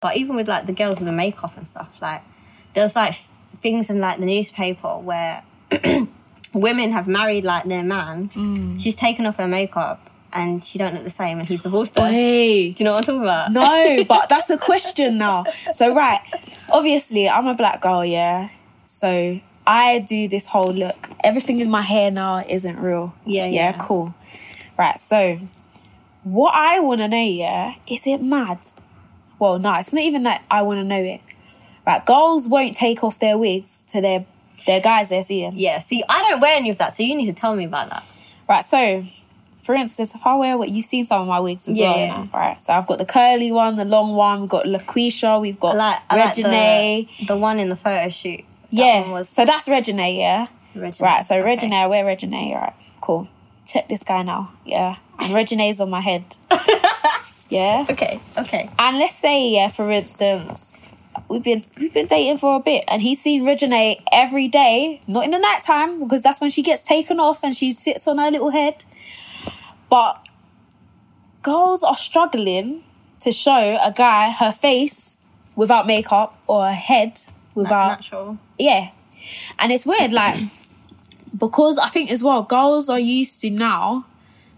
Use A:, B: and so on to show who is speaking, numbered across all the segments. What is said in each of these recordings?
A: But even with like the girls with the makeup and stuff, like there's like things in like the newspaper where women have married like their man.
B: Mm.
A: She's taken off her makeup and she don't look the same, and he's divorced her.
B: Hey.
A: Do you know what I'm talking about?
B: No, but that's a question now. So right, obviously I'm a black girl, yeah. So I do this whole look. Everything in my hair now isn't real.
A: Yeah,
B: Yeah,
A: yeah.
B: cool. Right, so what I wanna know, yeah, is it mad? Well, no, it's not even that I wanna know it. Right, girls won't take off their wigs to their their guys they're seeing.
A: Yeah. See, I don't wear any of that, so you need to tell me about that.
B: Right, so for instance, if I wear what you've seen some of my wigs as
A: Yeah,
B: well,
A: yeah.
B: now, right? So I've got the curly one, the long one. We've got LaQuisha, we've got
A: I like, I like
B: Regine.
A: the, the one in the photo shoot. That
B: yeah,
A: one was
B: so that's Regine, yeah.
A: Regine.
B: Right, so
A: Okay.
B: Regine, I wear Regine, right? Cool. Check this guy now, yeah. And Regine's on my head, yeah.
A: Okay. Okay.
B: And let's say, yeah, for instance, we've been we've been dating for a bit, and he's seen Regine every day, not in the night time, because that's when she gets taken off and she sits on her little head. But girls are struggling to show a guy her face without makeup or her head without
A: Natural.
B: yeah. And it's weird, like, because I think as well, girls are used to now,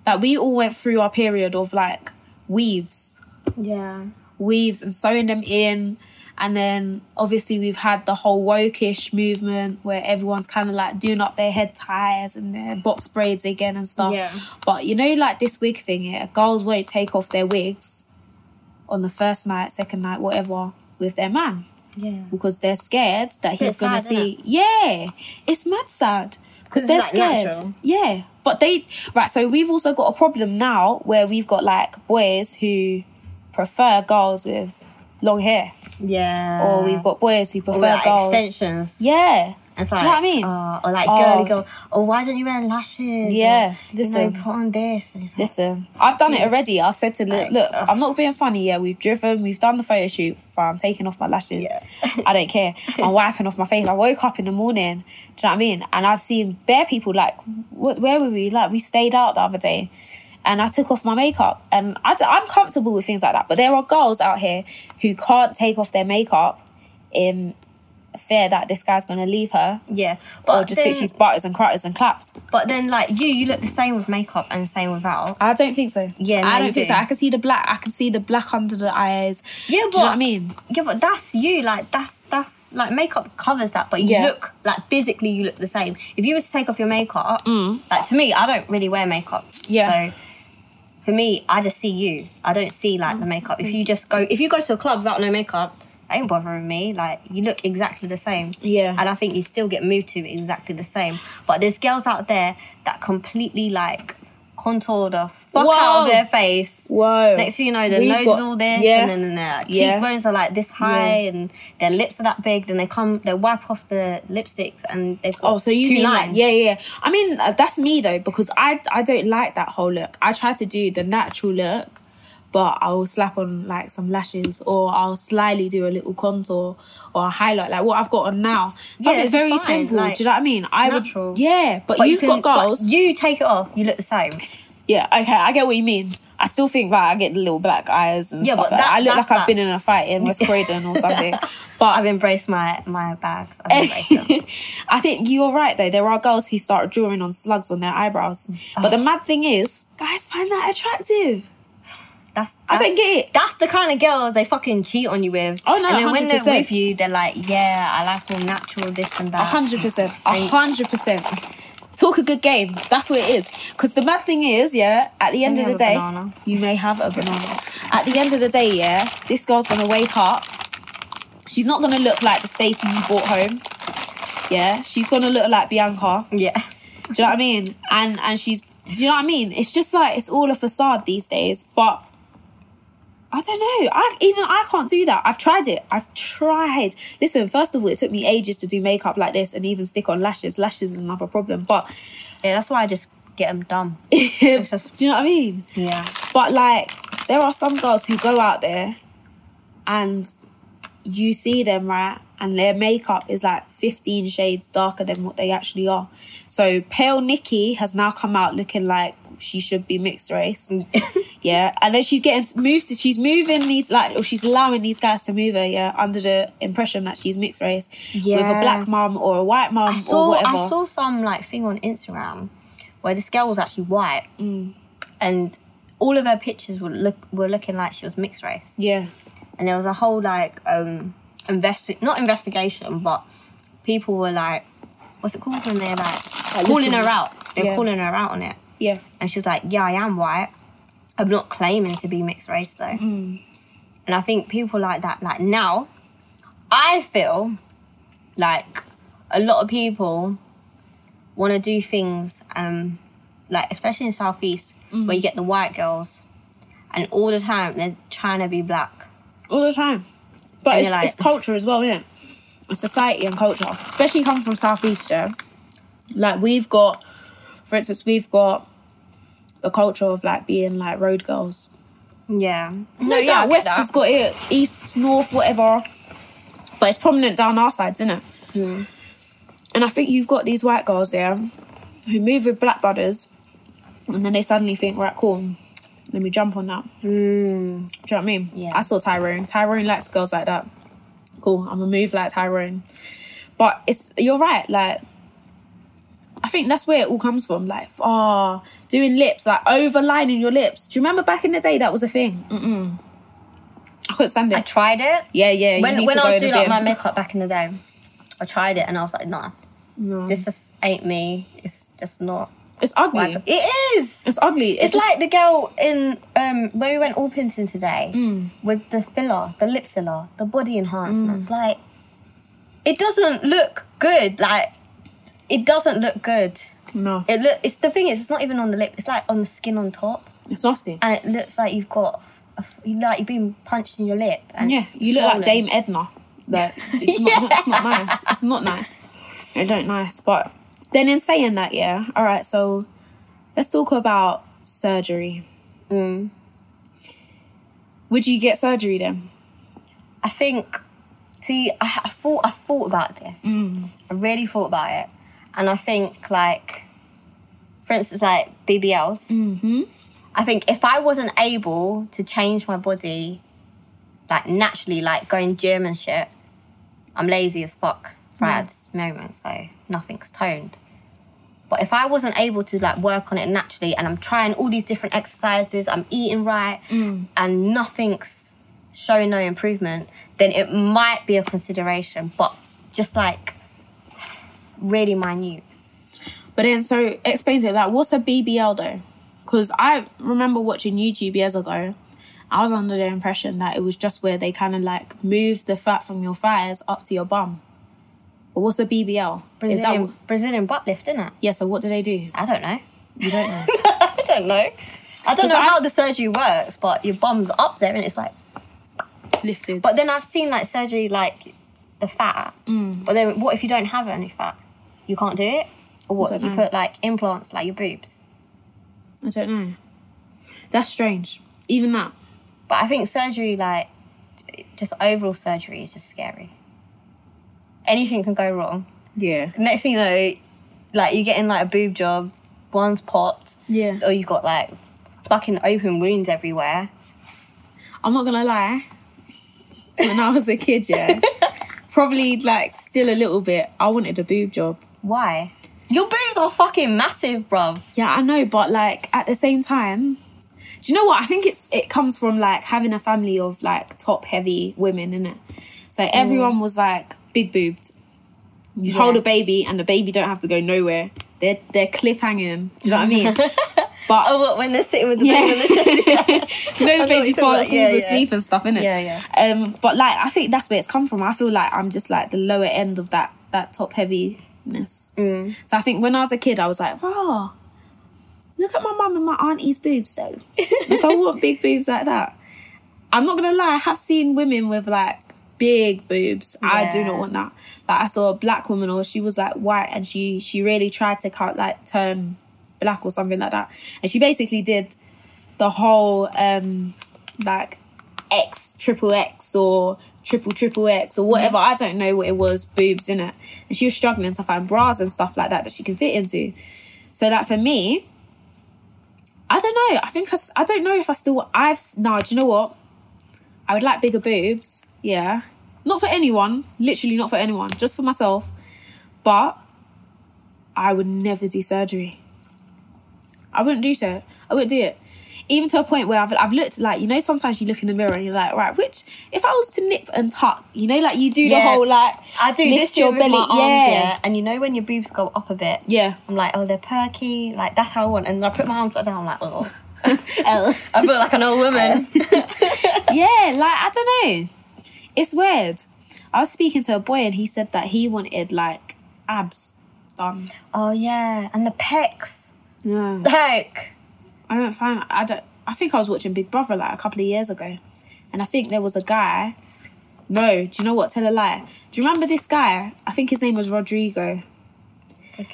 B: like, we all went through our period of like weaves
A: Yeah.
B: weaves and sewing them in. And then obviously we've had the whole wokish movement where everyone's kind of like doing up their head ties and their box braids again and stuff.
A: Yeah.
B: But you know, like this wig thing, yeah, girls won't take off their wigs on the first night, second night, whatever, with their man
A: Yeah.
B: because they're scared that he's
A: Bit
B: gonna
A: sad,
B: see. Yeah, it's mad sad because
A: 'Cause
B: they're
A: it's, like,
B: scared.
A: natural.
B: Yeah, but they right. So we've also got a problem now where we've got like boys who prefer girls with long hair,
A: Yeah.
B: or we've got boys who prefer
A: Ah. Or like
B: girls.
A: extensions.
B: Yeah,
A: It's
B: Do you know what I mean?
A: oh, or like
B: Oh.
A: girly girl. Or why don't you wear lashes?
B: Yeah,
A: Or,
B: listen.
A: You know, put on this. And it's like,
B: Listen, I've done it already. I've said to look,
A: Like,
B: look
A: ugh.
B: I'm not being funny. Yeah, we've driven, we've done the photo shoot. I'm taking off my lashes.
A: Yeah.
B: I don't care. I'm wiping off my face. I woke up in the morning. Do you know what I mean? And I've seen bare people like, wh- where were we? Like, we stayed out the other day, and I took off my makeup. And I d- I'm comfortable with things like that. But there are girls out here who can't take off their makeup in fear that this guy's going to leave her
A: yeah.
B: or
A: But
B: just
A: then,
B: think she's butters and cratters and clapped.
A: but then like you, you look the same with makeup and the same without.
B: I don't think so.
A: Yeah, no,
B: I
A: you
B: don't think
A: do.
B: so. I can see the black. I can see the black under the eyes.
A: Yeah,
B: Do you know
A: but-
B: what I mean?
A: Yeah, but that's you. Like that's that's like makeup covers that, but you
B: Yeah.
A: look like physically you look the same. If you were to take off your makeup, like to me, I don't really wear makeup.
B: Mm. Yeah.
A: So for me, I just see you. I don't see like the makeup. If you just go, if you go to a club without no makeup, that ain't bothering me. Like you look exactly the same.
B: Yeah.
A: And I think you still get moved to exactly the same. But there's girls out there that completely like contour the fuck out
B: Whoa.
A: of their face.
B: Whoa.
A: Next thing you know, their
B: Oh, We've
A: nose
B: got-
A: is all this,
B: yeah.
A: and then their
B: Yeah.
A: cheekbones are like this high, and their lips are that big. Then they come, they wipe off the lipsticks, and they've got
B: Oh, so you
A: two
B: mean like
A: lines.
B: yeah, yeah. yeah. I mean uh, that's me though because I I don't like that whole look. I try to do the natural look, but I'll slap on like some lashes or I'll slyly do a little contour or a highlight like what I've got on now.
A: Yeah,
B: Something's
A: this is
B: very
A: fine,
B: simple.
A: like,
B: do you know what I mean? I
A: natural.
B: would yeah, but,
A: But you
B: you've
A: can-
B: got
A: but
B: girls.
A: You take it off, you look the same.
B: Yeah, okay, I get what you mean. I still think that I get the little black eyes and
A: Yeah,
B: stuff
A: but
B: like that.
A: that-
B: I look like
A: that's
B: I've
A: that.
B: been in a fight in West Croydon or something.
A: I've
B: But
A: embraced my my bags. I've embraced them.
B: I think you're right though. There are girls who start drawing on slugs on their eyebrows. But the mad thing is, guys find that attractive.
A: That's,
B: I
A: that's-
B: don't get it.
A: That's the kind of girls they fucking cheat on you with.
B: Oh, no,
A: And then when they're
B: 100%.
A: with you, they're like, "Yeah, I like all natural, this and
B: A
A: that."
B: hundred percent. A hundred percent. Talk a good game. That's what it is. Because the mad thing is, yeah, at the end
A: Let
B: of
A: me
B: the
A: have a
B: day,
A: banana.
B: you may have a banana. At the end of the day, yeah, this girl's gonna wake up. She's not gonna look like the Stacey you brought home. Yeah, she's gonna look like Bianca.
A: Yeah.
B: Do you know what I mean? And and she's do you know what I mean? It's just like it's all a facade these days, but I don't know. I even I can't do that. I've tried it. I've tried. Listen, first of all, it took me ages to do makeup like this and even stick on lashes. Lashes is another problem. But
A: Yeah, that's why I just get them dumb.
B: do
A: just-
B: you know what I mean?
A: Yeah.
B: But like, there are some girls who go out there and you see them, right? And their makeup is like 15 shades darker than what they actually are. So Pale Nikki has now come out looking like she should be mixed race. Yeah, and then she's getting moved. To, she's moving these like, or she's allowing these guys to move her. Yeah, under the impression that she's mixed race with a
A: Yeah.
B: black mum or a white mum
A: I
B: or
A: saw
B: whatever.
A: I saw some like thing on Instagram where this girl was actually white,
B: Mm.
A: and all of her pictures were look were looking like she was mixed race,
B: yeah,
A: and there was a whole like um investi- not investigation, but people were like, what's it called when they're like calling
B: looking-
A: her out? They're
B: Yeah.
A: calling her out on it,
B: yeah.
A: and she was like, yeah, I am white. I'm not claiming to be mixed race though,
B: Mm.
A: and I think people like that like now, I feel like a lot of people want to do things um like especially in southeast
B: Mm.
A: where you get the white girls and all the time they're trying to be black
B: all the time. But
A: And
B: it's,
A: you're like-
B: it's culture as well, isn't it? It's society and culture, especially coming from Southeast. Yeah, like we've got, for instance, we've got the culture of like being like road girls.
A: yeah yeah,
B: No,
A: I
B: yeah,
A: get
B: West
A: that.
B: has got it, East, North, whatever. But it's prominent down our sides, isn't it?
A: Hmm.
B: And I think you've got these white girls here who move with black brothers, and then they suddenly think, right, cool, let me jump on that.
A: mm,
B: Do you know what I mean?
A: Yeah.
B: I saw Tyrone. Tyrone likes girls like that. Cool. I'm gonna move like Tyrone. But it's you're right. Like I think that's where it all comes from. Like ah, doing lips, like overlining your lips. Do you remember back in the day that was a thing? Mm-mm. I couldn't stand it.
A: i tried it
B: yeah, yeah. you
A: when
B: need
A: when
B: to
A: i
B: go
A: was
B: in
A: doing
B: the
A: like
B: bin.
A: my makeup back in the day i tried it and i was like nah
B: No.
A: this just ain't me it's just not
B: it's ugly.
A: white. it is
B: It's ugly.
A: it's
B: just-
A: like the girl in um where we went all Pinson today
B: Mm.
A: with the filler, the lip filler, the body enhancements.
B: Mm.
A: Like it doesn't look good. Like it doesn't look good.
B: no.
A: It look. It's the thing is, it's not even on the lip. It's like on the skin on top,
B: It's nasty.
A: and it looks like you've got a, you like you've been punched in your lip. And
B: Yeah, you look like
A: swollen.
B: Dame Edna. Like, it's not, it's not nice. It's not nice. It don't nice. But then in saying that, yeah, all right. So let's talk about surgery.
A: Mm.
B: Would you get surgery then?
A: I think. See, I, I thought I thought about this. I really thought about it, and I think like, for instance, like BBLs.
B: Mm-hmm.
A: I think if I wasn't able to change my body, like naturally, like going gym and shit, I'm lazy as fuck right at this moment, so nothing's toned. But if I wasn't able to like work on it naturally, and I'm trying all these different exercises, I'm eating right, and nothing's showing no improvement, then it might be a consideration. But just like really minute.
B: But then, so explain to it. Like, what's a BBL though? Because I remember watching YouTube years ago. I was under the impression that it was just where they kind of like move the fat from your thighs up to your bum. But what's a BBL? Is
A: Brazilian,
B: that,
A: Brazilian butt lift, isn't it?
B: yeah. So what do they do?
A: I don't know.
B: You don't know.
A: I don't know. I don't know
B: I-
A: how the surgery works, but your bum's up there and it's like.
B: Lifted.
A: But then I've seen like surgery like the fat. Mm. But then what if you don't have any fat? You can't do it? Or what?
B: I don't
A: You
B: know.
A: put like implants like your boobs.
B: I don't know. That's strange. Even that.
A: But I think surgery, like just overall surgery, is just scary. Anything can go wrong.
B: Yeah.
A: Next thing you know, like you're getting like a boob job, one's popped,
B: Yeah.
A: or you got like fucking open wounds everywhere.
B: I'm not gonna lie. When I was a kid, yeah. probably like still a little bit. I wanted a boob job.
A: Why? Your boobs are fucking massive, bruv.
B: Yeah, I know, but like at the same time, do you know what? I think it's it comes from like having a family of like top heavy women, innit? So
A: Mm.
B: everyone was like big boobed. You hold a baby and the baby don't have to go nowhere. They're they're cliff hanging. Do you know what I mean? But
A: Oh, what, when they're sitting with the
B: Yeah.
A: baby on the chest.
B: you know
A: I know
B: the
A: what
B: baby
A: you're
B: fall,
A: talking
B: falls
A: about. Yeah, yeah.
B: asleep and stuff, innit?
A: Yeah, yeah.
B: Um, but like I think that's where it's come from. I feel like I'm just like the lower end of that that top heaviness.
A: Mm.
B: So I think when I was a kid, I was like, oh, look at my mum and my auntie's boobs though. like I want big boobs like that. I'm not gonna lie, I have seen women with like big boobs. I do
A: Yeah.
B: not want that. Like I saw a black woman or she was like white and she she really tried to cut like turn black or something like that. And she basically did the whole um like X triple X or triple triple X or whatever. I don't know what it was, boobs in it. And she was struggling to find bras and stuff like that that she can fit into. So that for me, I don't know. I think I, s- I don't know if I still. I've s- no. Do you know what? I would like bigger boobs. Yeah, not for anyone. Literally, not for anyone. Just for myself. But I would never do surgery. I wouldn't do so. I wouldn't do it. Even to a point where I've, I've looked like you know sometimes you look in the mirror and you're like right which if I was to nip and tuck you know like you do the
A: Yeah.
B: whole like
A: I do
B: lift
A: this your belly, arms, yeah. And you know when your boobs go up a bit,
B: yeah
A: I'm like, oh, they're perky, like that's how I want. And then I put my arms back down, I'm like, oh, I feel like an old woman.
B: yeah, like I don't know. It's weird. I was speaking to a boy and he said that he wanted like abs done.
A: oh yeah, and the pecs,
B: Yeah.
A: like
B: I don't find I don't I think I was watching Big Brother like a couple of years ago. And I think there was a guy No, do you know what? Tell a lie. Do you remember this guy? I think his name was Rodrigo.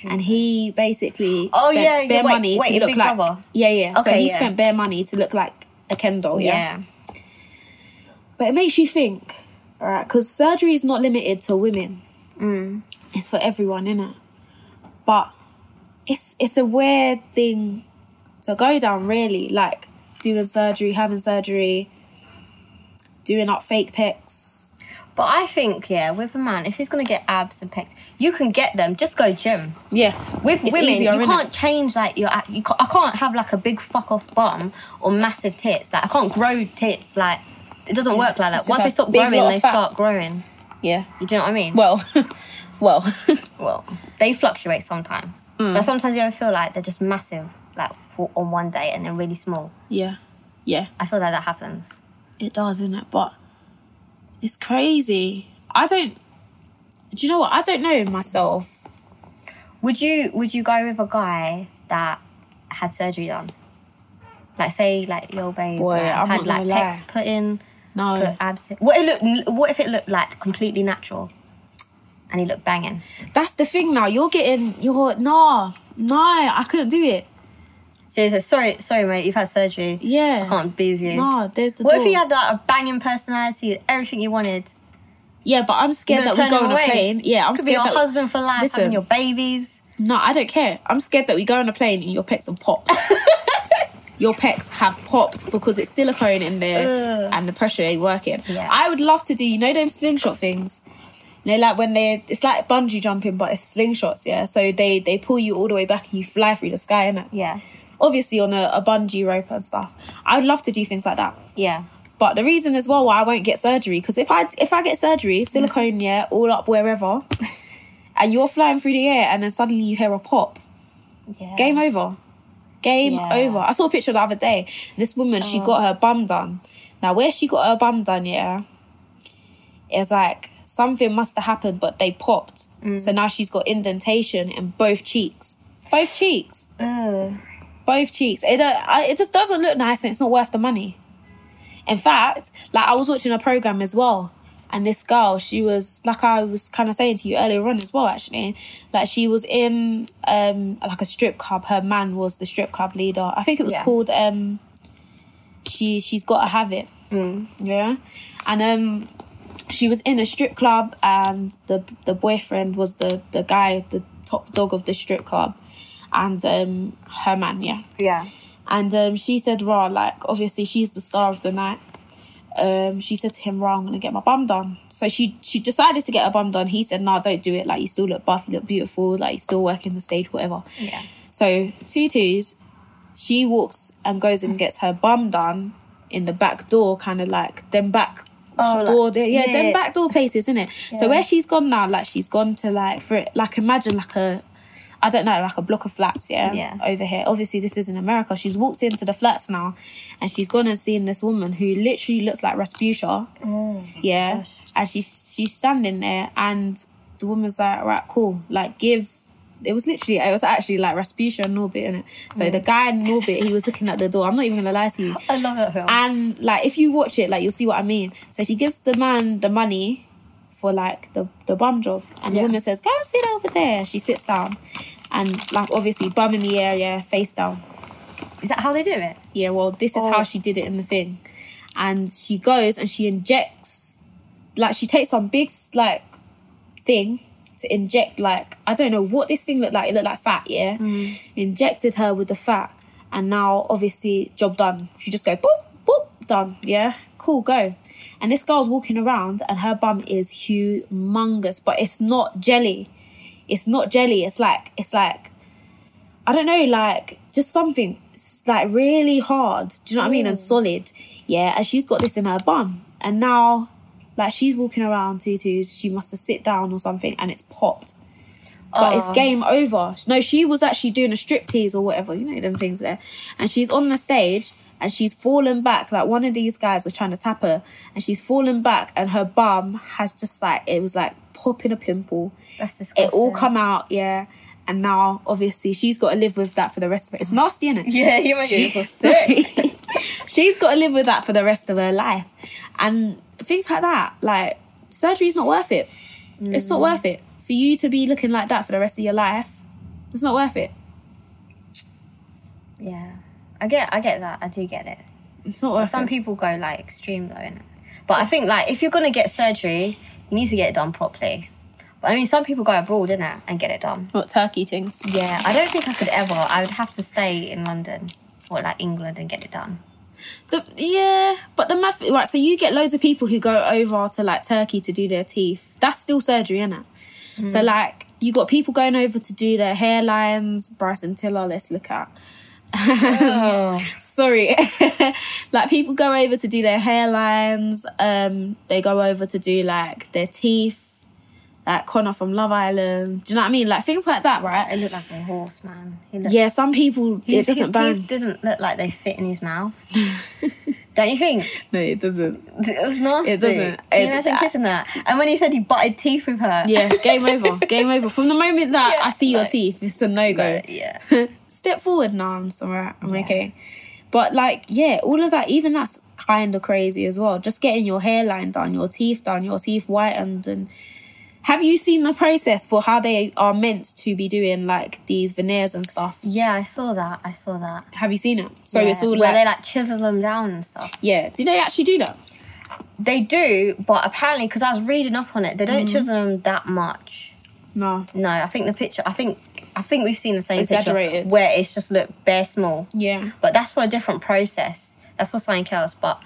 B: And he basically
A: Oh,
B: spent
A: yeah, yeah,
B: bare
A: wait,
B: money
A: wait,
B: to look
A: Big
B: like
A: Brother.
B: Yeah, yeah. so
A: Okay,
B: he
A: yeah.
B: spent bare money to look like a Ken doll, yeah.
A: yeah,
B: But it makes you think, all right, because surgery is not limited to women.
A: Mm.
B: It's for everyone, innit? But it's it's a weird thing to go down, really. Like doing surgery, having surgery, doing up fake pics.
A: But I think yeah, with a man, if he's gonna get abs and pecs, you can get them. Just go gym.
B: Yeah,
A: With
B: It's
A: women,
B: easier,
A: you
B: innit?
A: can't change like your. You ca I can't have like a big fuck off bum or massive tits. Like I can't grow tits. Like it doesn't work like that.
B: just
A: Once
B: a
A: they stop
B: big
A: growing,
B: lot of
A: they
B: fat.
A: start growing.
B: yeah.
A: You do know what I mean?
B: Well, well,
A: Well, they fluctuate sometimes.
B: Mm.
A: Now sometimes you ever feel like they're just massive, like for, on one day, and then really small.
B: yeah, yeah.
A: I feel like that happens.
B: It does, isn't it? But it's crazy. I don't. Do you know what? I don't know myself.
A: Would you Would you go with a guy that had surgery done? Like say like your babe
B: Boy,
A: like,
B: I'm
A: had
B: not
A: like
B: gonna
A: pecs
B: lie.
A: put in,
B: No.
A: put abs. In. What it looked What if it looked like completely natural, and he looked banging?
B: That's the thing now. You're getting you're nah no. I couldn't do it.
A: So he says, "Sorry, sorry, mate, you've had surgery.
B: Yeah.
A: I can't be with you."
B: Nah, there's the
A: What
B: door.
A: if he had like a banging personality, everything you wanted?
B: yeah, but I'm
A: You're
B: scared
A: gonna
B: that we
A: turn
B: go
A: him
B: on a
A: away?
B: plane. Yeah, I'm
A: Could be
B: scared
A: your
B: that
A: husband for life,
B: Listen.
A: having your babies.
B: no, I don't care. I'm scared that we go on a plane and your pecs will pop. your pecs have popped because it's silicone in there
A: Ugh.
B: and the pressure ain't working.
A: Yeah.
B: I would love to do you know them slingshot things. You know, like when they it's like bungee jumping, but it's slingshots. Yeah, so they they pull you all the way back and you fly through the sky, innit?
A: Yeah.
B: Obviously on a, a bungee rope and stuff. I would love to do things like that.
A: Yeah.
B: But the reason as well why I won't get surgery because if I if I get surgery, silicone yeah, all up wherever, and you're flying through the air and then suddenly you hear a pop,
A: Yeah.
B: game over, game
A: Yeah. Oh.
B: over. I saw a picture the other day. This woman she got her bum done. Now where she got her bum done, yeah, it's like something must have happened, but they popped.
A: Mm.
B: So now she's got indentation in both cheeks, both cheeks,
A: Ugh.
B: both cheeks. It don't, I, it just doesn't look nice, and it's not worth the money. In fact, like I was watching a program as well, and this girl, she was like I was kind of saying to you earlier on as well, actually, like she was in um like a strip club. Her man was the strip club leader. I think it was
A: Yeah.
B: called um. She she's got to have it.
A: Mm.
B: Yeah, and um, she was in a strip club, and the the boyfriend was the the guy, the top dog of the strip club, and um, her man. Yeah.
A: Yeah.
B: And um, she said, Ra, like, obviously she's the star of the night. Um, she said to him, Ra, I'm going to get my bum done. So she she decided to get her bum done. He said, No, don't do it. Like, you still look buff, you look beautiful, like, you still working the stage, whatever.
A: Yeah.
B: So, two twos, she walks and goes and gets her bum done in the back door, kind of like, them back.
A: Oh, like-
B: door, there- yeah,
A: yeah,
B: them
A: yeah.
B: back door places, isn't it? So
A: Yeah.
B: where she's gone now, like she's gone to like for like imagine like a, I don't know, like a block of flats, yeah,
A: Yeah.
B: over here. Obviously, this is in America. She's walked into the flats now, and she's gone and seen this woman who literally looks like Rasputia. yeah,
A: Oh gosh.
B: and she's she's standing there, and the woman's like, "Right, cool. Like, give." It was literally, it was actually like Rasputia and Norbit in it. So the guy Norbit, he was looking at the door. I'm not even gonna lie to you.
A: I love that film.
B: And like, if you watch it, like, you'll see what I mean. So she gives the man the money for like the the bum job, and
A: Yeah.
B: the woman says, "Go and sit over there." She sits down, and like, obviously, bum in the air, yeah, face down.
A: Is that how they do it?
B: Yeah, well, this is
A: Oh.
B: how she did it in the thing, and she goes and she injects, like, she takes some big like thing to inject like I don't know what this thing looked like. It looked like fat, yeah. Injected her with the fat, And now, obviously, job done. She just go boop, boop, done. Yeah, cool, go. And this girl's walking around, and her bum is humongous, but it's not jelly. It's not jelly. It's like it's like I don't know, like just something s- like really hard. Do you know what I mean? And solid. Yeah, and she's got this in her bum, and now like she's walking around tutus. She must have sit down or something, and it's popped. But it's
A: Aw.
B: game over. No, she was actually doing a striptease or whatever, you know, them things there. And she's on the stage and she's fallen back. Like one of these guys was trying to tap her and she's fallen back and her bum has just like, it was like popping a pimple
A: That's disgusting.
B: it all come out, yeah. And now, obviously, she's got to live with that for the rest of it. It's nasty, isn't it?
A: Yeah, you might get sick.
B: she's got to live with that for the rest of her life, and things like that. Like surgery's not worth it. It's
A: Mm.
B: not worth it for you to be looking like that for the rest of your life. It's not worth it.
A: yeah, I get, I get that. I do get it.
B: It's not worth
A: Some
B: it.
A: people go like extreme though, innit? But I think like if you're gonna get surgery, you need to get it done properly. But I mean, some people go abroad, innit, and get it done.
B: Not turkey things.
A: Yeah, I don't think I could ever. I would have to stay in London or like England and get it done.
B: The, yeah, but the math. Right, so you get loads of people who go over to like Turkey to do their teeth. That's still surgery, isn't it? So like you got people going over to do their hairlines. Bryson Tiller, let's look at. Oh. Sorry, like people go over to do their hairlines. Um, they go over to do like their teeth. Like Connor from Love Island. Do you know what I mean? Like things like that,
A: It
B: right?
A: looked like a horse, man. He looked,
B: Yeah, some people
A: his,
B: it
A: his
B: doesn't burn.
A: teeth didn't look like they fit in his mouth. don't you think?
B: No, it doesn't.
A: It was nasty.
B: It doesn't.
A: Can
B: It-
A: you imagine
B: I-
A: kissing that? And when he said he butted teeth with her.
B: Yeah, game over. Game over. From the moment that
A: Yeah,
B: I see your
A: like-
B: teeth, it's a no go.
A: But, yeah.
B: Step forward. No, I'm sorry. I'm okay. But like, yeah, all of that. Even that's kind of crazy as well. Just getting your hairline done, your teeth done, your teeth whitened, and have you seen the process for how they are meant to be doing like these veneers and stuff?
A: Yeah, I saw that. I saw that.
B: Have you seen it? So
A: yeah.
B: it's all
A: where
B: like,
A: they like chisel them down and stuff.
B: yeah. Do they actually do that?
A: They do, but apparently, because I was reading up on it, they don't chisel them that much.
B: No.
A: No, I think the picture. I think I think we've seen the same
B: Exaggerated.
A: picture where it's just look bare small.
B: Yeah.
A: But that's for a different process. That's for something else. But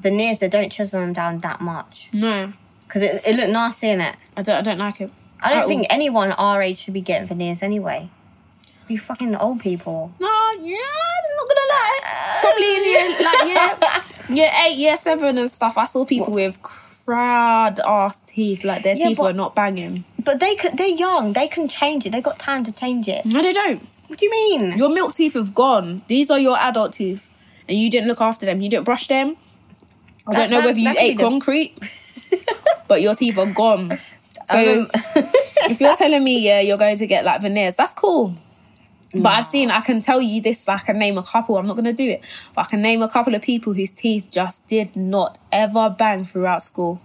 A: veneers, they don't chisel them down that much
B: No.
A: because it, it looked nasty in it.
B: I don't. I don't like it.
A: I don't
B: At
A: think anyone our age should be getting veneers anyway. We fucking old people.
B: No, yeah, I'm not gonna lie. Probably in year, like yeah, year eight, year seven, and stuff. I saw people with crowd ass teeth, like their
A: Yeah,
B: teeth
A: but-
B: were not banging.
A: But they could, they're young. They can change it. They got time to change it.
B: No, they don't.
A: What do you mean?
B: Your milk teeth have gone. These are your adult teeth, and you didn't look after them. You didn't brush them. I
A: That-
B: don't know
A: that-
B: whether you
A: that could be
B: ate
A: the-
B: concrete, but your teeth are gone. So
A: Um,
B: if you're telling me yeah, you're going to get like veneers, that's cool. But I've seen, I can tell you this, I can name a couple, I'm not going to do it, but I can name a couple of people whose teeth just did not ever bang throughout school.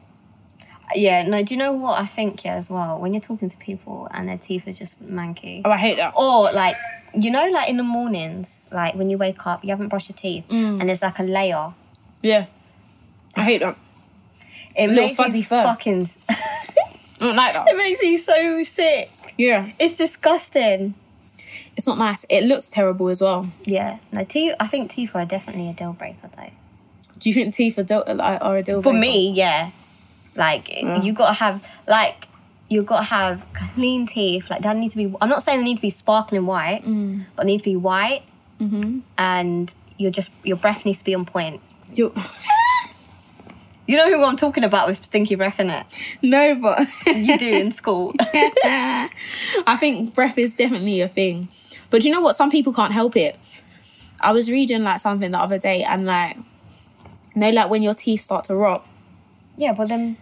A: yeah, no. Do you know what I think? Yeah, as well. When you're talking to people and their teeth are just manky,
B: Oh, I hate that.
A: or like you know, like in the mornings, like when you wake up, you haven't brushed your teeth, and there's like a layer.
B: Yeah. I hate that.
A: It
B: Little
A: makes me
B: fuzzy fur.
A: Fucking, s-
B: I don't like that.
A: it makes me so sick.
B: Yeah.
A: It's disgusting.
B: It's not nice. It looks terrible as well.
A: Yeah, no teeth. I think teeth are definitely a deal breaker though.
B: Do you think teeth are, del- like, are a deal
A: For
B: breaker?
A: me, yeah. Like you gotta have like you gotta have clean teeth. Like they need to be. I'm not saying they need to be sparkling white, but they need to be white.
B: Mm-hmm.
A: And your just your breath needs to be on point.
B: You're-
A: You know who I'm talking about with stinky breath in it.
B: no, but.
A: You do in school.
B: I think breath is definitely a thing. But do you know what? Some people can't help it. I was reading like something the other day and like, you know, like when your teeth start to rot.
A: yeah, but then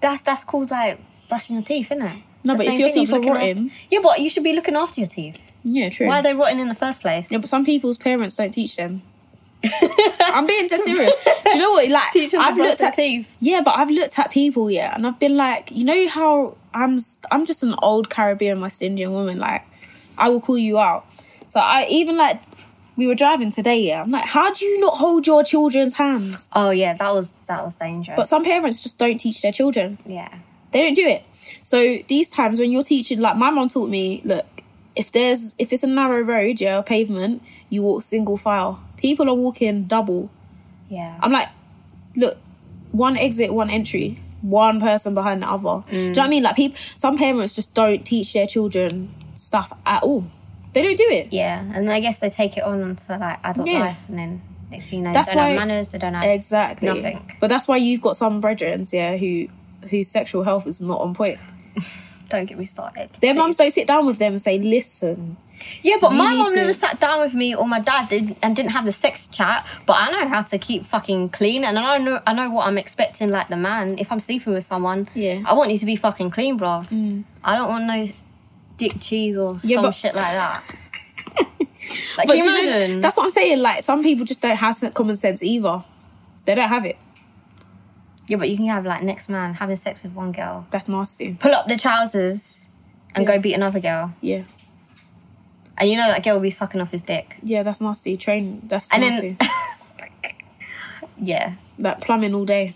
A: that's that's called like brushing your teeth, isn't it?
B: No,
A: The
B: but if
A: same
B: your
A: thing of
B: teeth are
A: looking
B: rotten-
A: after- yeah, but you should be looking after your teeth.
B: Yeah, true.
A: Why are they rotting in the first place?
B: yeah, but some people's parents don't teach them. I'm being dead serious. Do you know what? Like,
A: Teach them to
B: I've
A: brush
B: looked
A: their
B: at
A: teeth.
B: yeah, but I've looked at people yeah, and I've been like, you know how I'm s- I'm just an old Caribbean West Indian woman. Like, I will call you out. So I even like we were driving today. Yeah, I'm like, how do you not hold your children's hands?
A: Oh yeah, that was that was dangerous.
B: But some parents just don't teach their children.
A: yeah.
B: They don't do it. So these times when you're teaching, like my mom taught me, look, if there's if it's a narrow road, yeah, or pavement, you walk single file. People are walking double.
A: Yeah.
B: I'm like, look, one exit, one entry, one person behind the other. Do you know what I mean? Like, people, some parents just don't teach their children stuff at all. They don't do it.
A: yeah, and I guess they take it on onto like adult
B: Yeah.
A: life, and then next thing you know,
B: That's
A: they don't
B: why- Eh,
A: have manners. They don't have.
B: Exactly.
A: Nothing.
B: But that's why you've got some brethren, yeah, who whose sexual health is not on point.
A: don't get me started.
B: Their mums don't sit down with them and say, "Listen,
A: Yeah, but
B: You
A: my
B: need
A: mom
B: to-
A: never sat down with me or my dad did, and didn't have the sex chat. But I know how to keep fucking clean, and I know I know what I'm expecting. Like the man, if I'm sleeping with someone,
B: Yeah. Mm.
A: I want you to be fucking clean, bruv. I don't want no dick cheese or
B: Yeah,
A: some
B: but-
A: shit like that. like,
B: But
A: can you
B: do you know-
A: imagine?
B: that's what I'm saying. Like some people just don't have common sense either. They don't have it.
A: yeah, but you can have like next man having sex with one girl,
B: That's nasty.
A: pull up the trousers, and
B: Yeah.
A: go beat another girl,
B: Yeah,
A: and you know that girl will be sucking off his dick,
B: yeah, that's nasty. Train. That's
A: and
B: nasty.
A: then yeah,
B: like plumbing all day.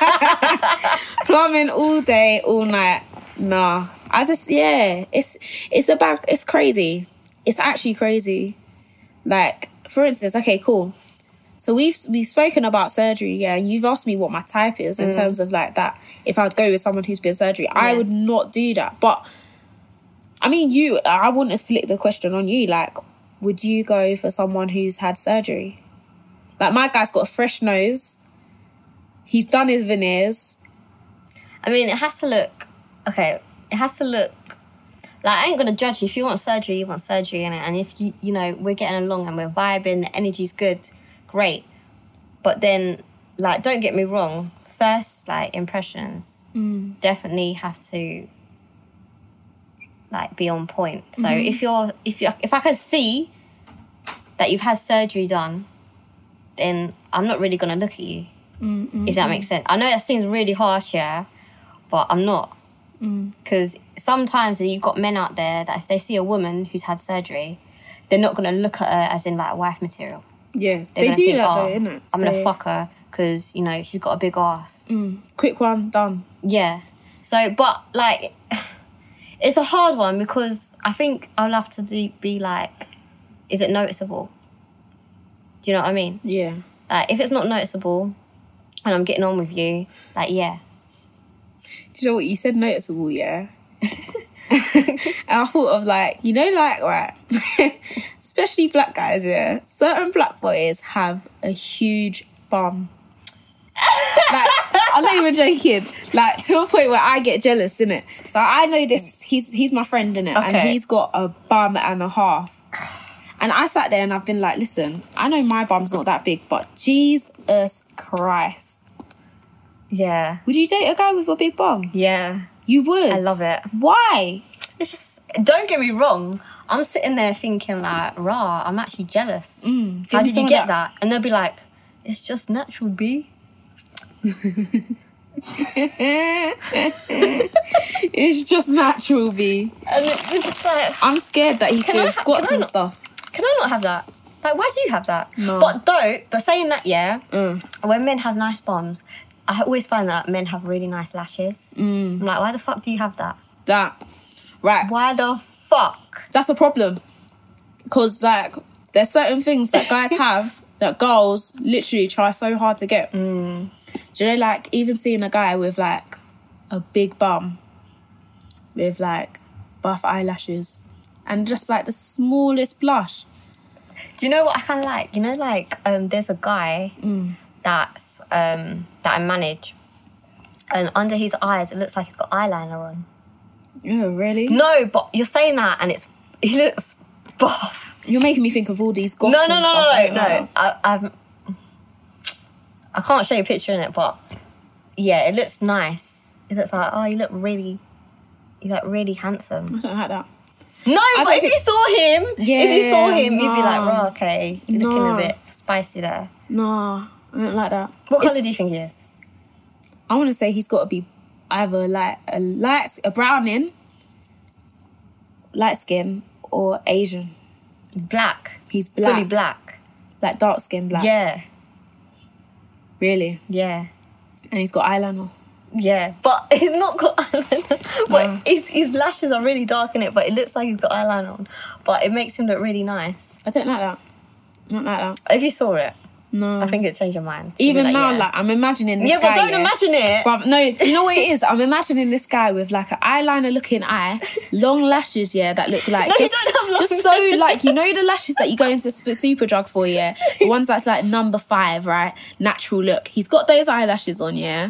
B: plumbing all day, all night. Nah, I just yeah, it's it's about it's crazy. It's actually crazy. Like for instance, okay, cool. So we've we've spoken about surgery, yeah. And you've asked me what my type is in terms of like that. If I'd go with someone who's been surgery, I
A: Yeah.
B: would not do that. But I mean, you, I wouldn't have flicked the question on you. Like, would you go for someone who's had surgery? Like my guy's got a fresh nose. He's done his veneers.
A: I mean, it has to look okay. It has to look like I ain't gonna judge you. If you want surgery, you want surgery in it, and if you you know we're getting along and we're vibing, the energy's good, great. But then, like, don't get me wrong. First, like impressions definitely have to like be on point. So if you're if you if I can see that you've had surgery done, then I'm not really gonna look at you if
B: Mm-hmm.
A: that makes sense. I know that seems really harsh, yeah, but I'm not.
B: Mm,
A: Because sometimes you've got men out there that if they see a woman who's had surgery, they're not going to look at her as in like wife material.
B: Yeah,
A: They're
B: they
A: gonna
B: do
A: think,
B: that
A: "Oh,
B: though, innit?
A: I'm going to
B: So-
A: fuck her because, you know, she's got a big ass.
B: Mm, quick one, done.
A: Yeah. So, but like, it's a hard one because I think I'll have to do, be like, is it noticeable? Do you know what I mean?
B: Yeah,
A: Like, if it's not noticeable and I'm getting on with you, like, yeah.
B: do you know what you said? Noticeable, yeah. and I thought of like, you know, like right, especially black guys. Yeah, certain black boys have a huge bum. like, I'm not even joking. Like to a point where I get jealous, innit? So I know this. He's he's my friend, innit? And
A: Okay.
B: he's got a bum and a half. And I sat there and I've been like, listen, I know my bum's not that big, but Jesus Christ,
A: Yeah.
B: would you date a guy with a big bum?
A: Yeah.
B: You would.
A: I love it.
B: Why?
A: It's just, don't get me wrong. I'm sitting there thinking, like, rah, I'm actually jealous.
B: Mm,
A: How
B: give me
A: did
B: some
A: you
B: of
A: get that? And they'll be like, it's just natural, B.
B: it's just natural, B.
A: And it's just like,
B: I'm scared that he's
A: Can
B: doing
A: I- can
B: squats
A: I
B: and
A: not-
B: stuff.
A: can I not have that? Like, why do you have that?
B: No.
A: But though, but saying that, yeah,
B: Mm.
A: when men have nice bombs, I always find that men have really nice lashes. I'm like, why the fuck do you have that?
B: That. Right.
A: Why the fuck?
B: That's a problem. Because, like, there's certain things that guys have that girls literally try so hard to get.
A: Mm.
B: Do you know, like, even seeing a guy with, like, a big bum, with, like, buff eyelashes, and just, like, the smallest blush.
A: Do you know what I kind of like? You know, like um, there's a guy that's um, that I manage, and under his eyes, it looks like he's got eyeliner on.
B: Oh, really?
A: No, but you're saying that, and it's he looks buff.
B: You're making me think of all these
A: No,
B: goths.
A: no,
B: and
A: no,
B: stuff.
A: no,
B: Oh,
A: no, no. I, I'm. I can't show you a picture in it, but yeah, it looks nice. It looks like oh, you look really, you look really handsome.
B: I don't like that.
A: No, but
B: don't
A: if
B: think-
A: you saw him, if you saw
B: Yeah,
A: him, you'd be like,
B: no.
A: "Raw, okay, you're looking
B: No.
A: a bit spicy there."
B: Nah, I don't like that.
A: What
B: It's-
A: color do you think he is?
B: I want to say he's got to be either like a light, a browning, light skin, or Asian.
A: black,
B: He's black,
A: fully black.
B: like dark skin black.
A: Yeah,
B: really.
A: yeah.
B: And he's got eyeliner.
A: Yeah, but he's not got eyeliner. But
B: Uh.
A: his, his lashes are really dark in it, but it looks like he's got eyeliner on. But it makes him look really nice.
B: I don't like that. Not like that.
A: If you saw it,
B: No.
A: I think it'd change your mind. You'd be
B: even now,
A: yeah.
B: like I'm imagining this
A: yeah,
B: guy.
A: but don't
B: yeah.
A: imagine it.
B: Bruv, no, do you know what it is? I'm imagining this guy with like an eyeliner looking eye, long lashes, yeah, that look like
A: No, you
B: just,
A: don't have long
B: just so like you know the lashes that you go into Sp- Superdrug for, yeah, the ones that's like number five, right? Natural look. He's got those eyelashes on, yeah,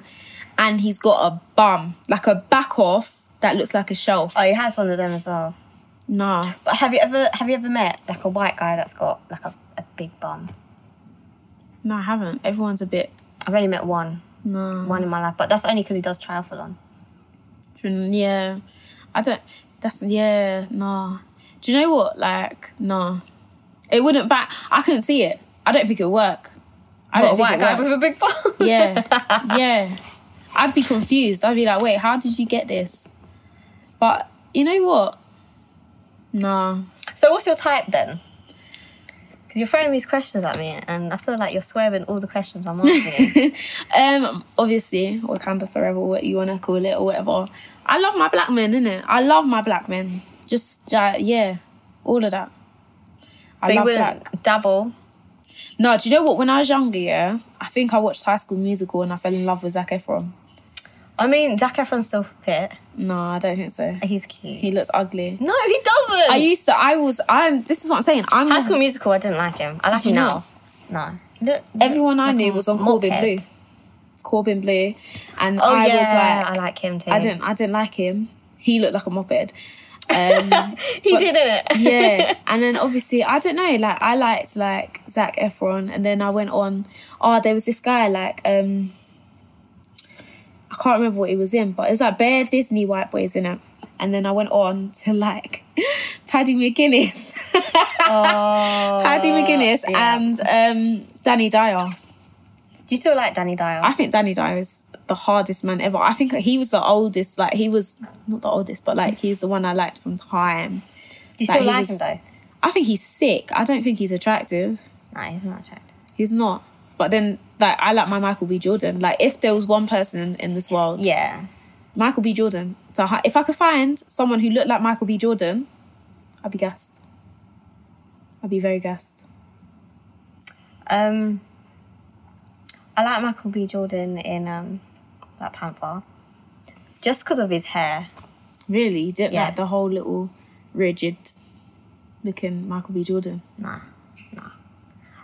B: and he's got a bum, like a back off that looks like a shelf.
A: Oh, he has one of them as well.
B: Nah,
A: But have you ever have you ever met like a white guy that's got like a, a big bum?
B: no, I haven't. Everyone's a bit
A: I've only met one,
B: no.
A: one in my life, but that's only because he does triathlon.
B: Yeah, I don't. That's yeah. Nah. Do you know what? Like, nah. It wouldn't back. I couldn't see it. I don't think it would work. I
A: But a
B: don't think
A: white
B: it
A: guy
B: would
A: with
B: work.
A: a big bum.
B: Yeah, yeah. I'd be confused. I'd be like, wait, how did you get this? But you know what? Nah.
A: So what's your type then? Because you're throwing these questions at me, and I feel like you're swerving all the questions I'm asking. you.
B: um, obviously, Wakanda forever, what you wanna call it or whatever. I love my black men, innit? I love my black men. Just uh, yeah, all of that. I
A: so you
B: love
A: wouldn't
B: black.
A: dabble.
B: No, do you know what? When I was younger, yeah, I think I watched High School Musical and I fell in love with Zac Efron.
A: I mean, Zac Efron's still fit.
B: No, I don't think so.
A: He's cute.
B: He looks ugly.
A: No, he doesn't.
B: I used to. I was. I'm. This is what I'm saying. I'm.
A: High School Musical, I didn't like him. I like
B: you
A: him
B: not?
A: now. No. Look,
B: Everyone I
A: like
B: knew
A: a
B: was on
A: moped.
B: Corbin Blue. Corbin Blue, and
A: Oh
B: I
A: yeah,
B: was
A: I
B: like,
A: like him too.
B: I didn't. I didn't like him. He looked like a moped. Um,
A: he
B: but-
A: did it.
B: yeah, and then obviously I don't know. Like I liked like Zach Efron, and then I went on. Oh, there was this guy like um, I can't remember what he was in, but it was like bare Disney white boys in it. And then I went on to like Paddy McGuinness,
A: oh,
B: Paddy McGuinness,
A: yeah.
B: and um, Danny Dyer.
A: Do you still like Danny Dyer?
B: I think Danny Dyer is the hardest man ever. I think he was the oldest. Like he was not the oldest, but like he's the one I liked from time.
A: Do you
B: like,
A: still
B: he
A: like
B: was-
A: him though?
B: I think he's sick. I don't think he's attractive.
A: No, he's not attractive.
B: He's not. But then, like, I like my Michael B. Jordan. Like, if there was one person in this world,
A: Yeah.
B: Michael B. Jordan. So, hi- if I could find someone who looked like Michael B. Jordan, I'd be gassed. I'd be very gassed.
A: Um, I like Michael B. Jordan in um, Black Panther, just because of his hair.
B: Really, you didn't
A: Yeah.
B: like the whole little rigid looking Michael B. Jordan.
A: Nah, nah.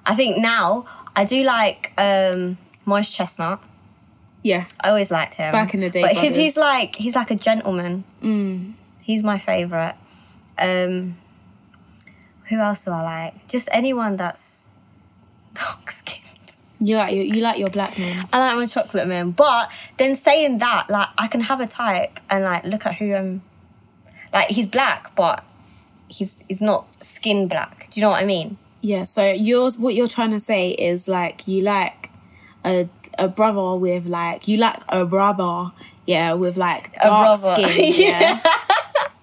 A: I think now I do like um, Morris Chestnut.
B: Yeah.
A: I always liked him
B: Back in the day,
A: but because
B: brothers.
A: he's like he's like a gentleman.
B: Mm.
A: He's my favorite. Um, who else do I like? Just anyone that's dark skinned.
B: You like your, you like your black man.
A: I like my chocolate man. But then saying that, like I can have a type and like look at who I'm like he's black, but he's he's not skin black. Do you know what I mean?
B: Yeah. So yours, what you're trying to say is like you like a a brother with like you like a brother, yeah, with like dark
A: brother.
B: skin, yeah,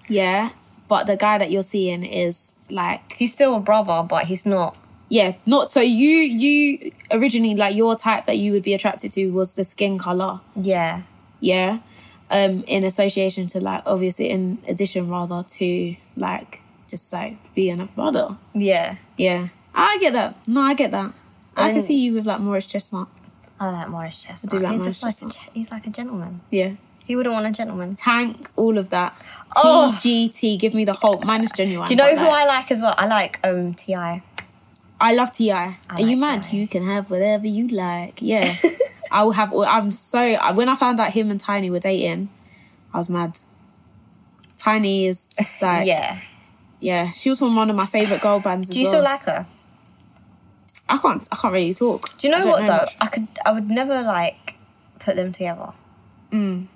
B: yeah. But the guy that you're seeing is like
A: He's still a brother, but he's not
B: yeah, not so you you originally like your type that you would be attracted to was the skin color,
A: yeah.
B: yeah. Um, in association to like obviously in addition rather to like just like being a brother.
A: Yeah.
B: Yeah. I get that. No, I get that. I can
A: And-
B: see you with like Morris Chestnut.
A: I like Morris Chestnut.
B: I do like
A: he's
B: Morris
A: just like
B: Chestnut.
A: A, ge- he's like a gentleman.
B: Yeah.
A: He wouldn't want a gentleman.
B: Tank, all of that.
A: Oh.
B: TGT, give me the whole minus genuine.
A: Do you know who I like as well? I like um Ti.
B: I love Ti. Are you
A: like
B: mad?
A: T.I..
B: You can have whatever you like. Yeah. I will have. all- I'm so. I- When I found out him and Tiny were dating, I was mad. Tiny is just like yeah.
A: yeah.
B: She was from one of my favorite girl bands.
A: Do you still like her?
B: I can't. I can't really talk.
A: Do you know
B: I don't
A: what though?
B: much.
A: I could I would never like put them together
B: Mm.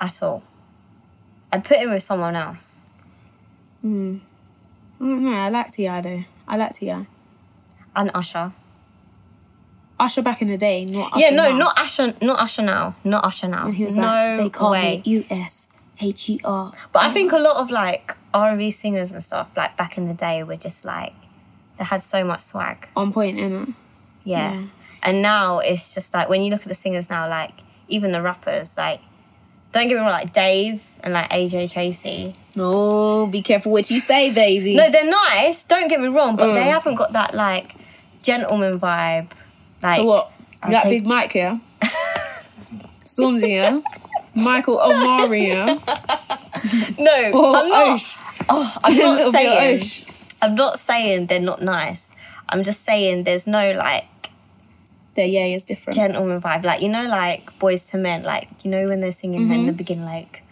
A: at all. I'd put him with someone else.
B: Mm. I don't know. Mm, I like Ti though. I like Ti.
A: and Usher.
B: Usher back in the day, not Usher
A: yeah, no,
B: now.
A: not Usher, not Usher now, not Usher now.
B: And he was
A: no
B: like, they call
A: way.
B: me US H E R.
A: But I think a lot of like R and B singers and stuff, like back in the day, were just like they had so much swag.
B: On point, Emma.
A: Yeah.
B: Yeah.
A: And now it's just like when you look at the singers now, like even the rappers, like, don't get me wrong, like Dave and like AJ Tracy.
B: Oh, be careful what you say, baby.
A: No, they're nice. Don't get me wrong, but they
B: Mm.
A: haven't got that like gentleman vibe. Like,
B: so what?
A: I'll
B: that
A: take-
B: Big Mike, yeah? Stormzy, yeah? Michael Omari, yeah?
A: no,
B: Or
A: I'm not.
B: Osh?
A: Oh, I'm
B: A little
A: not
B: bit of
A: saying.
B: Osh.
A: I'm not saying they're not nice. I'm just saying there's no like
B: Their yeah is different.
A: gentleman vibe. Like you know, like boys to men. Like you know when they're singing men
B: Mm-hmm.
A: in the beginning, like,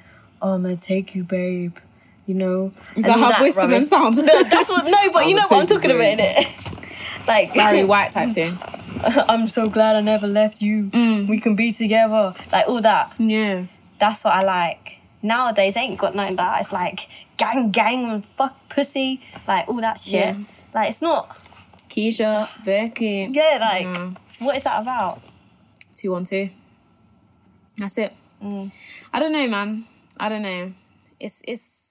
A: "Oh, I'm gonna take you, babe." You know, and
B: Is that
A: all
B: how voice to men
A: rubbish.
B: sound?
A: That's what. No, but you
B: I'm
A: know
B: gonna
A: what I'm
B: take
A: talking
B: you,
A: about,
B: babe.
A: innit? like
B: Barry White type thing.
A: I'm so glad I never left you.
B: Mm.
A: We can be together. Like all that.
B: Yeah.
A: That's what I like. Nowadays ain't got none of that. It's like gang gang and fuck pussy. Like all that shit.
B: Yeah.
A: Like it's not
B: Keisha, Becky.
A: yeah, like
B: Mm.
A: what is that about?
B: Two one two. That's it.
A: Mm.
B: I don't know, man. I don't know. It's it's